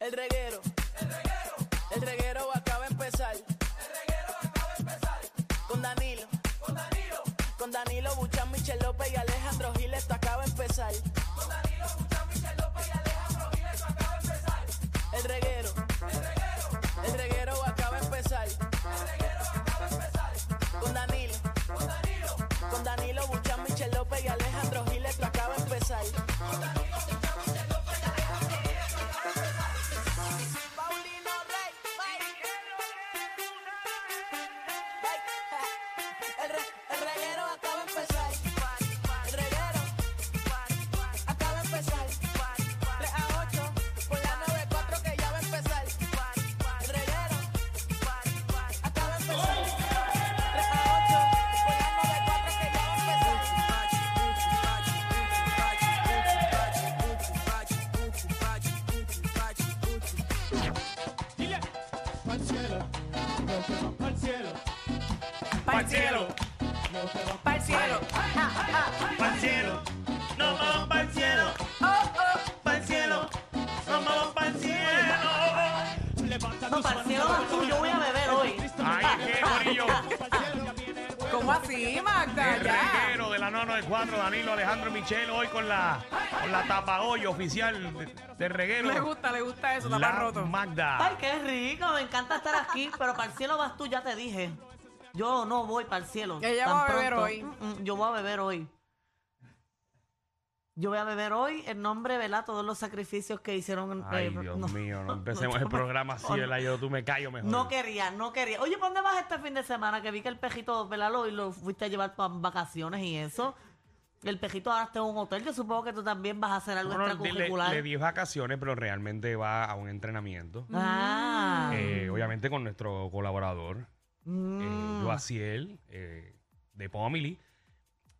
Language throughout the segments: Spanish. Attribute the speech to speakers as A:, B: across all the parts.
A: El reguero. El reguero. El reguero acaba de empezar. El reguero acaba de empezar. Con Danilo. Con Danilo. Con Danilo Buchan, Michel López y Alejandro Gil, esto acaba de empezar. Con Danilo Buchan, Michel López y Alejandro Gil, esto acaba de empezar. El reguero. El reguero. El reguero acaba de empezar. El reguero acaba de empezar. Con Danilo. Con Danilo. Con Danilo Buchan, Michel López y Alejandro Gil, esto acaba de empezar. Paulino Rey, El, re- el reguero acaba de empezar. El reguero acaba de empezar. 3 a 8 por la 94 que ya va a empezar. El reguero acaba de empezar. 3 a 8 por la 94 que ya va a empezar.
B: Dile,
C: Pa'l cielo, no te
B: parciero,
C: vas pa'l cielo, no te vas pa'l
A: Parciero.
B: parciero, no vamos pa'l cielo,
A: Oh, oh.
B: pa'l cielo, no vamos pa'l cielo.
C: cielo. Levanta
D: No,
C: tus
D: para el cielo
C: manos,
D: azul yo voy a beber hoy.
E: Ay, qué gorillo.
C: pa'l cielo, ya viene el vuelo.
D: ¿Cómo así, Magda?
E: El reguero de la 994, Danilo Alejandro Michel, hoy con la, con la tapahoyo oficial de, de reguero.
F: Le gusta, le gusta eso, tapar
E: la
F: roto.
D: Ay,
E: Magda.
D: qué rico, me encanta estar aquí, pero para el cielo vas tú, ya te dije. Yo no voy para el cielo.
F: Ella
D: tan
F: va a beber
D: pronto.
F: hoy.
D: Mm, mm, yo voy a beber hoy. Yo voy a beber hoy en nombre, ¿verdad? Todos los sacrificios que hicieron.
E: Ay,
D: eh,
E: Dios
D: no-
E: mío, no empecemos
D: no,
E: el programa así,
D: no,
E: ¿verdad? Yo tú me callo mejor.
D: No quería, no quería. Oye, ¿para dónde vas este fin de semana? Que vi que el pejito, ¿verdad? Lo, lo fuiste a llevar para vacaciones y eso. El pejito ahora está en un hotel. Yo supongo que tú también vas a hacer algo
E: Bueno, le,
D: extracurricular.
E: le di vacaciones, pero realmente va a un entrenamiento.
D: Ah.
E: Eh, obviamente con nuestro colaborador, eh,
D: Mm.
E: Joaciel, eh, de Pomili.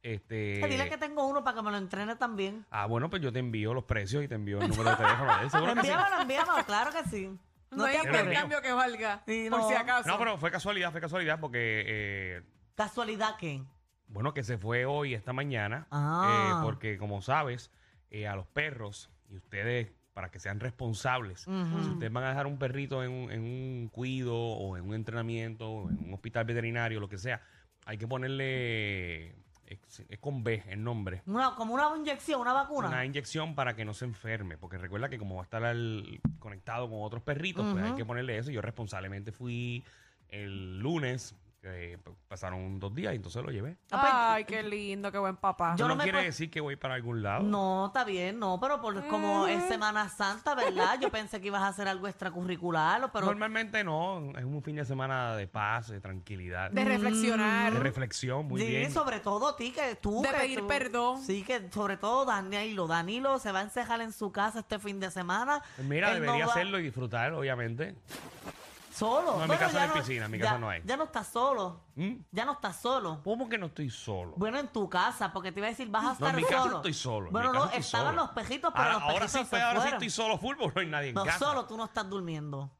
E: Este,
D: Eh, Dile que tengo uno para que me lo entrene también.
E: Ah, bueno, pues yo te envío los precios y te envío el número de teléfono. de él, seguro que sí.
D: Envíamelo, envíamelo, claro que sí.
F: No,
D: No
F: hay
D: te
E: pero
D: apures.
F: intercambio que valga.
D: Sí,
F: por
D: no.
F: si acaso.
E: No, pero fue casualidad, fue casualidad porque, eh,
D: Casualidad que.
E: bueno, que se fue hoy, esta mañana,
D: Ah.
E: eh, porque como sabes, eh, a los perros y ustedes, para que sean responsables,
D: Mm.
E: si ustedes van a dejar un perrito en un, en un cuido o en un entrenamiento o en un hospital veterinario, lo que sea, hay que ponerle, es, es con B el nombre.
D: Una, como una inyección, una vacuna.
E: Una inyección para que no se enferme, porque recuerda que como va a estar al- conectado con otros perritos, pues hay que ponerle eso. Yo responsablemente fui el lunes, que p- pasaron dos días y entonces lo llevé.
F: Ay, qué lindo, qué buen papá.
D: Yo-
E: Eso
D: no
E: no,
D: me
E: quiere
D: puedo-
E: decir que voy para algún lado.
D: No, está bien, no, pero por, como es Semana Santa, ¿verdad? Yo pensé que ibas a hacer algo extracurricular, pero
E: Normalmente no, es un fin de semana de paz, de tranquilidad,
F: de
E: Mm, de,
F: reflexionar.
E: reflexión, muy
D: sí,
E: bien.
D: sobre todo a ti, que tú.
F: De
D: que
F: pedir
D: tú-
F: perdón.
D: Sí, que sobre todo Danilo. Danilo se va a encejar en su casa este fin de semana.
E: Pues Mira,
D: Él no
E: debería
D: va
E: hacerlo y disfrutar, obviamente.
D: Solo.
E: No, en mi
D: Bueno,
E: casa
D: ya
E: no hay piscina, en mi casa
D: ya-
E: no hay.
D: Ya no estás solo.
E: ¿Mm?
D: Ya no estás solo.
E: ¿Cómo que no estoy solo?
D: Bueno, en tu casa, porque te iba a decir, vas a
E: No,
D: estar
E: en mi casa
D: solo.
E: estoy solo. en mi
D: Bueno,
E: casa
D: no,
E: estoy
D: estaban
E: solo.
D: los pejitos, pero
E: ahora,
D: los
E: ahora
D: pejitos
E: sí,
D: se
E: pues, ahora sí
D: fueron.
E: estoy solo full porque no hay nadie en
D: No,
E: casa.
D: solo tú no estás durmiendo.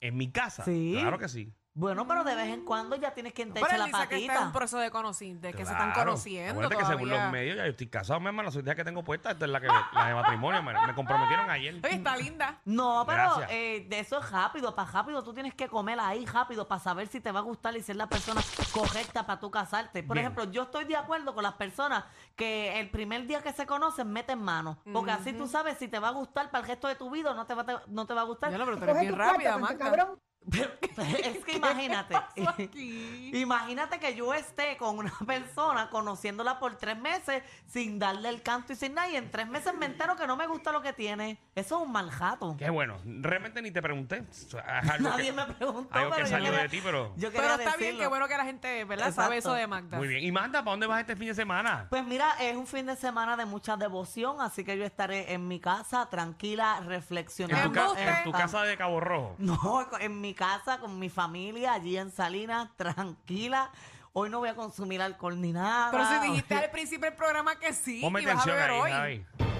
E: ¿En mi casa?
D: Sí.
E: Claro que sí.
D: Bueno, pero de vez en cuando ya tienes que
F: Pero
D: enterrar
F: él
D: la
F: dice que está en
D: patita.
F: un proceso de conocimiento, que se están
E: Claro.
F: conociendo
E: Acuérdate que según los
F: todavía.
E: medios, ya yo estoy casado, mi hermano. La soltería que tengo puesta, esta es la, que, la de matrimonio. Me, me comprometieron ayer.
F: Oye, está linda.
D: No, pero
E: Gracias.
D: eh, de eso es rápido, para rápido. Tú tienes que comer ahí rápido para saber si te va a gustar y ser la persona correcta para tú casarte. Por
E: Bien.
D: ejemplo, yo estoy de acuerdo con las personas que el primer día que se conocen meten mano. Porque así tú sabes si te va a gustar para el resto de tu vida o no te va, a- no te va a gustar.
F: Ya lo, pero tú eres bien rápida, Magda.
D: es que imagínate.
F: aquí?
D: Imagínate que yo esté con una persona conociéndola por tres meses sin darle el canto y sin nada y en tres meses me entero que no me gusta lo que tiene. Eso es un mal jato.
E: Qué bueno. Realmente ni te pregunté. Es algo
D: Nadie
E: que-
D: me preguntó,
E: Algo que
D: pero yo
E: salió
D: quería-
E: de ti, pero...
D: Yo
F: Pero
D: quería
F: está bien,
D: decirlo.
F: qué bueno que la gente, ¿verdad? Sabe
D: Exacto.
F: eso de Magda.
E: Muy bien. Y Manda, ¿para dónde vas este fin de semana?
D: Pues mira, es un fin de semana de mucha devoción, así que yo estaré en mi casa tranquila,
E: En tu,
D: reflexionando.
E: ca-
F: Embuste.
E: en tu casa de Cabo Rojo.
D: No, en mi casa, con mi familia, allí en Salinas, tranquila. Hoy no voy a consumir alcohol ni nada.
F: Pero si dijiste al principio del programa que sí,
E: Ponme
F: y vas a
E: atención
F: beber
E: ahí,
F: hoy.
E: Javi.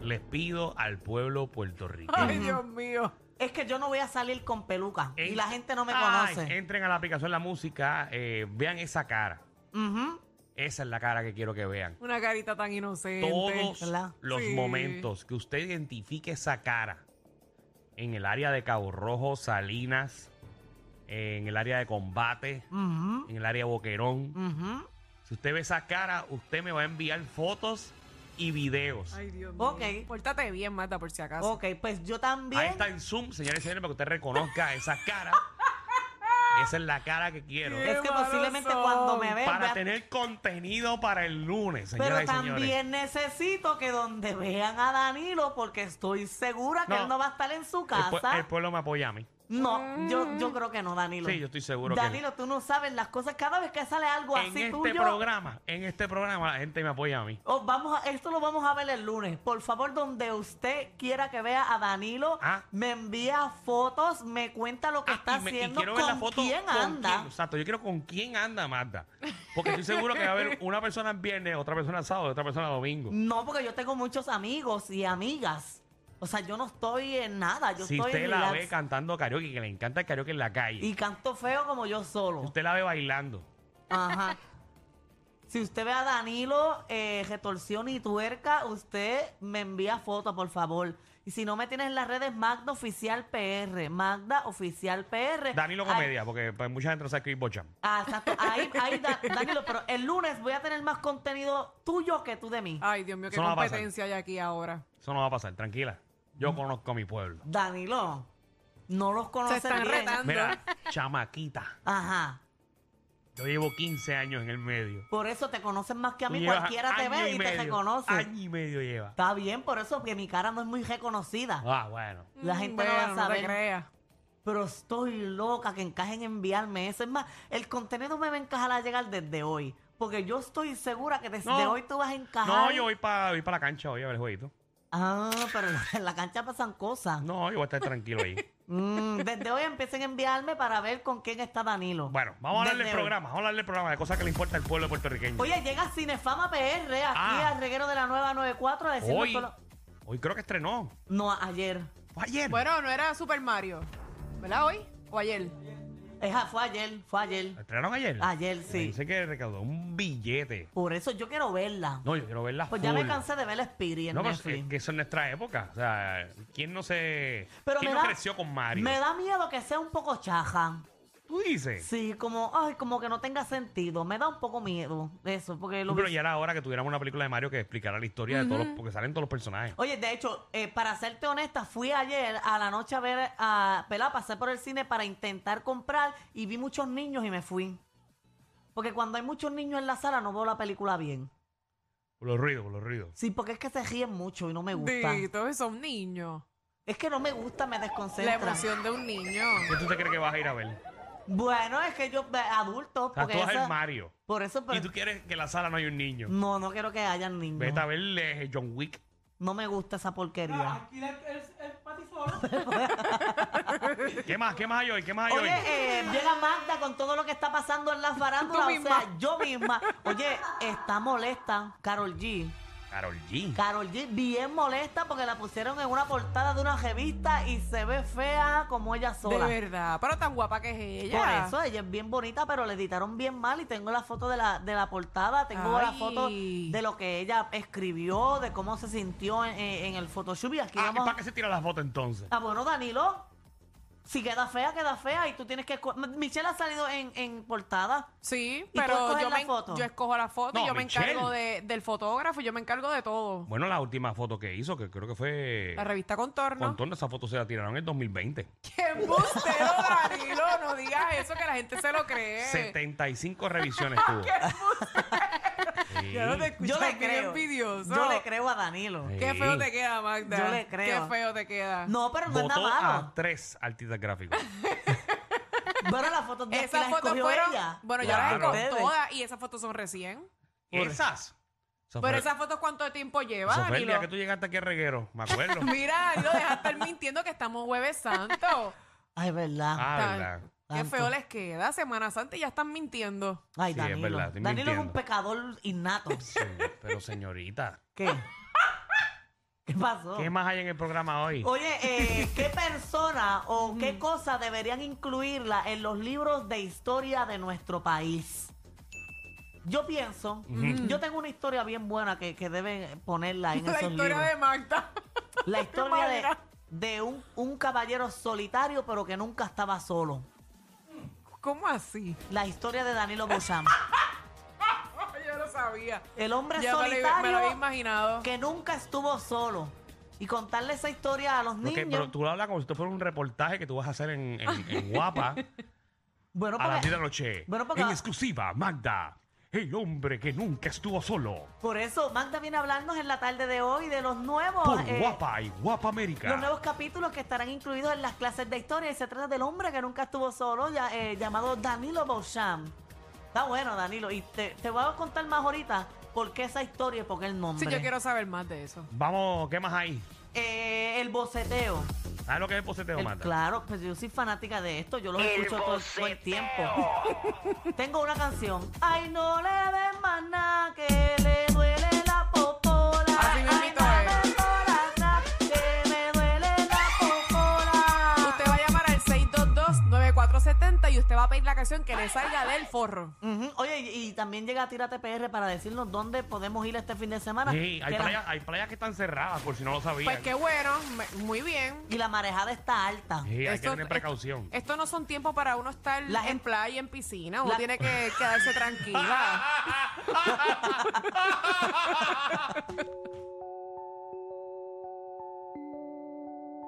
E: Les pido al pueblo puertorriqueño.
F: Ay, Dios mío.
D: Es que yo no voy a salir con peluca y
E: En-
D: la gente no me
E: Ay,
D: conoce.
E: Entren a la aplicación La Música, eh, vean esa cara.
D: Ujú.
E: Esa es la cara que quiero que vean.
F: Una carita tan inocente.
E: todos
D: ¿verdad?
E: los
F: Sí.
E: momentos que usted identifique esa cara en el área de Cabo Rojo, Salinas, en el área de combate,
D: Ujú,
E: en el área de Boquerón.
D: ujú.
E: Si usted ve esa cara, usted me va a enviar fotos y videos.
F: Ay, Dios mío.
D: Ok.
F: Pórtate bien, Marta, por si acaso.
D: Ok, pues yo
E: Ahí
D: también.
E: está en Zoom, señores y señores, para que usted reconozca esa cara. Esa es la cara que quiero.
D: Es que
F: Qué malos
D: posiblemente
F: son.
D: cuando me vean.
E: Para
D: vea-
E: tener contenido para el lunes, señoras
D: Pero
E: y señores.
D: también necesito que donde vean a Danilo, porque estoy segura que
E: No.
D: él no va a estar en su
E: El, pue-
D: casa.
E: el pueblo me apoya a mí.
D: No, yo, yo creo que no, Danilo.
E: Sí, yo estoy seguro que no.
D: Danilo, tú no sabes las cosas. Cada vez que sale algo
E: En
D: así
E: este
D: tuyo.
E: programa, en este programa la gente me apoya a mí.
D: Oh, vamos a- esto lo vamos a ver el lunes. Por favor, donde usted quiera que vea a Danilo,
E: Ah.
D: me envía fotos, me cuenta lo que
E: Ah,
D: está
E: y me- y
D: haciendo,
E: quiero ver
D: con
E: la foto
D: quién
E: con
D: anda.
E: quién, exacto, yo quiero con quién anda Marta. Porque estoy seguro que va a haber una persona en viernes, otra persona sábado, otra persona domingo.
D: No, porque yo tengo muchos amigos y amigas. O sea, yo no estoy en nada. Yo
E: si
D: estoy
E: usted
D: en
E: la
D: relax.
E: ve cantando karaoke, que le encanta el karaoke en la calle.
D: Y canto feo como yo solo.
E: Usted la ve bailando.
D: Ajá. Si usted ve a Danilo eh, retorsión y tuerca, usted me envía fotos, por favor. Y si no me tienes en las redes, Magda Oficial PR. Magda Oficial PR.
E: Danilo
D: Ay,
E: Comedia, porque pues, mucha gente no sabe escribir Bocham.
D: Ah, exacto. Ahí, ahí, Da- Danilo, pero el lunes voy a tener más contenido tuyo que tú de mí.
F: Ay, Dios mío, qué
E: Eso no va a pasar.
F: competencia hay aquí ahora.
E: Eso no va a pasar, tranquila. Yo
D: Mm.
E: conozco a mi pueblo.
D: Danilo, no los
F: Se
D: conoces
F: están
D: bien.
F: retando.
E: Mira, chamaquita.
D: Ajá.
E: Yo llevo 15 años en el medio.
D: Por eso te conocen más que a
E: Tú
D: mí.
E: llevas
D: Cualquiera te
E: año
D: ve y, te
E: medio.
D: reconoce.
E: Año y medio lleva.
D: Está bien, por eso que mi cara no es muy reconocida.
E: Ah, bueno.
D: La
F: Mm,
D: gente
F: bueno,
D: no va a
F: No
D: saber.
F: te creas.
D: pero estoy loca que encajen en enviarme eso. Es más, el contenido me va a encajar a llegar desde hoy. Porque yo estoy segura que desde
E: No.
D: hoy tú vas a encajar.
E: No, yo voy para voy pa la cancha hoy a ver el jueguito.
D: Ah, pero en la- en la cancha pasan cosas.
E: No, yo voy a estar tranquilo ahí.
D: Mm, desde hoy empiecen a enviarme para ver con quién está Danilo.
E: Bueno, vamos a hablarle
D: Desde
E: del
D: hoy.
E: programa. Vamos a hablarle del programa de cosas que le importa al pueblo puertorriqueño.
D: Oye, llega Cinefama PR aquí
E: Ah.
D: al reguero de la nueva 94 a decirnos
E: hoy,
D: todo lo-
E: hoy creo que estrenó.
D: No, ayer.
E: Fue ayer.
F: Bueno, no era Super Mario. ¿Verdad hoy? ¿O ayer?
D: Esa fue ayer, fue ayer.
E: ¿Estrenaron ayer?
D: Ayer,
E: Me
D: sí.
E: Dice que recaudó un billete.
D: Por eso yo quiero verla.
E: No, yo quiero verla.
D: pues ya me
E: full.
D: cansé de ver la Spirit en
E: No, pues, pero es
D: Netflix.
E: que eso es nuestra época. O sea, ¿quién no se.
D: Pero
E: ¿Quién
D: me
E: no
D: da-
E: creció con Mario?
D: Me da miedo que sea un poco chaja.
E: Tú dices.
D: Sí, como, ay, como que no tenga sentido. Me da un poco miedo eso, porque lo
E: No, pero
D: que-
E: ya era hora que tuviéramos una película de Mario que explicara la historia de todos los. Porque salen todos los personajes.
D: Oye, de hecho, eh, para serte honesta, fui ayer a la noche a ver, a, ¿verdad? Pasé por el cine para intentar comprar y vi muchos niños y me fui. Porque cuando hay muchos niños en la sala no veo la película bien.
E: Por los ruidos, por los ruidos.
D: Sí, porque es que se ríen mucho y no me gusta.
F: Dito, eso es un niño.
D: Es que no me gusta, me
F: La
D: desconcentra.
F: emoción de un niño.
E: ¿Qué tú te crees que vas a ir a ver?
D: Bueno, es que yo, adultos,
E: O sea,
D: porque
E: tú vas a
D: esa-
E: ver Mario.
D: por eso,
E: Y
D: pero-
E: tú quieres que en la sala no haya un niño.
D: no, no quiero que hayan niños.
E: Vete a ver eh, John Wick.
D: No me gusta esa
F: Ah,
D: porquería.
E: ¿Qué más? ¿Qué más hay hoy? ¿Qué más hay hoy?
D: Oye, eh, llega Magda con todo lo que está pasando en las farándulas.
F: Tú
D: O sea,
F: misma.
D: yo misma. Oye, está molesta Carol G.
E: Carol G.
D: Carol G bien molesta porque la pusieron en una portada de una revista y se ve fea como ella
F: De
D: sola.
F: verdad. Pero tan guapa que es ella.
D: Por eso ella es bien bonita, pero le editaron bien mal y tengo la foto de la, de la portada, tengo la
F: Ay.
D: foto de lo que ella escribió, de cómo se sintió en, en- en el Photoshop y aquí
E: Ah, ¿y
D: vamos...
E: ¿Para qué se tira las fotos entonces?
D: Ah, bueno, Danilo. Si queda fea, queda fea. Y tú tienes que. esco- Michelle ha salido en, en portada.
F: Sí,
D: ¿Y tú
F: pero
D: escoges
F: yo,
D: la
F: me,
D: foto?
F: yo escojo la foto
E: No,
F: y yo
E: Michelle.
F: me encargo de- del fotógrafo, yo me encargo de todo.
E: Bueno, la última foto que hizo, que creo que fue.
F: La revista Contorno.
E: Contorno, esa foto se la tiraron en el 2020.
F: ¡Qué embustero, Danilo! No digas eso, que la gente se lo cree.
E: 75 revisiones tuvo. Sí.
F: Yo no te escucho,
D: Yo le
F: bien
D: creo.
F: envidioso.
D: Yo le creo a Danilo.
E: Sí.
F: Qué feo te queda, Magda.
D: Yo le creo.
F: Qué feo te queda.
D: No, pero no es
E: Votó
D: nada
E: a
D: malo.
E: tres artistas gráficos.
D: Bueno, las fotos de aquí
F: Esas
D: las
F: fotos
D: escogió
F: fueron.
D: ella.
F: Bueno, yo
E: Claro.
F: las escogí
D: Ustedes.
F: todas y esas fotos son recién.
E: ¿Esas? Eso
F: Pero
E: fue-
F: esas fotos, ¿cuánto tiempo
E: eso
F: lleva,
E: fue el día
F: Danilo?
E: que tú llegaste aquí a Reguero, me acuerdo.
F: Mira, Danilo, deja de estar mintiendo que estamos Jueves Santo.
D: Ay, verdad.
E: ah, verdad.
F: Qué
D: Santo.
F: feo les queda. Semana Santa y ya están mintiendo.
D: Ay,
E: Sí, es
D: Danilo.
E: verdad, estoy
D: Danilo es un
E: mintiendo.
D: pecador innato.
E: Sí, pero señorita,
D: ¿Qué? ¿Qué
F: Oh.
D: pasó?
E: ¿qué más hay en el programa hoy?
D: Oye, eh, ¿qué persona o
E: Mm.
D: qué cosa deberían incluirla en los libros de historia de nuestro país? Yo pienso, yo tengo una historia bien buena que, que deben ponerla en
F: la
D: esos
F: historia
D: libros.
F: de Magda.
D: La historia de,
F: Magda.
D: de un, un caballero solitario, pero que nunca estaba solo.
F: ¿Cómo así?
D: La historia de Danilo Beauchamp.
F: Yo lo sabía.
D: El hombre
F: Ya me lo,
D: solitario
F: había- me lo había imaginado.
D: que nunca estuvo solo. Y contarle esa historia a los
E: Ok, pero
D: niños.
E: tú hablas como si esto fuera un reportaje que tú vas a hacer en,
D: Ah.
E: en- en Guapa
D: Bueno,
E: a las 10 de
D: porque,
E: la noche.
D: Bueno, porque-
E: En exclusiva, Magda, el hombre que nunca estuvo solo.
D: por eso Magda viene a hablarnos en la tarde de hoy de los nuevos.
E: Por
D: eh,
E: Guapa y Guapa América.
D: Los nuevos capítulos que estarán incluidos en las clases de historia y se trata del hombre que nunca estuvo solo, ya, eh, llamado Danilo Beauchamp. Está bueno, Danilo. Y te, te voy a contar más ahorita por qué esa historia y por qué el nombre.
F: Sí, yo quiero saber más de eso.
E: Vamos, ¿qué más hay?
D: Eh, el boceteo.
E: ¿Sabes lo que es el poseteo,
D: El-
E: Magda?
D: claro, pues yo soy fanática de esto. Yo los escucho todo, todo el tiempo. Tengo una canción. Ay, no le den más nada que le duele la popola.
F: Así
D: Ay,
F: mismito
D: dame
F: es.
D: por acá, que me duele la popola.
F: Usted va a llamar al 622-9470 y usted va a pedir la canción que le salga del forro.
D: Ujú. Oye, y, y también llega a Tírate PR para decirnos dónde podemos ir este fin de semana.
E: Sí, hay,
D: Que la-
E: playas, hay playas que están cerradas, por si no lo sabían.
F: Pues qué bueno, me- muy bien.
D: Y la marejada está alta.
E: Sí, hay que
F: Esto-
E: tener precaución.
F: Esto, esto no son tiempos para uno estar
D: La
F: en
D: gente-
F: playa, en piscina. Uno
D: La-
F: tiene
E: Ah,
F: que quedarse tranquila.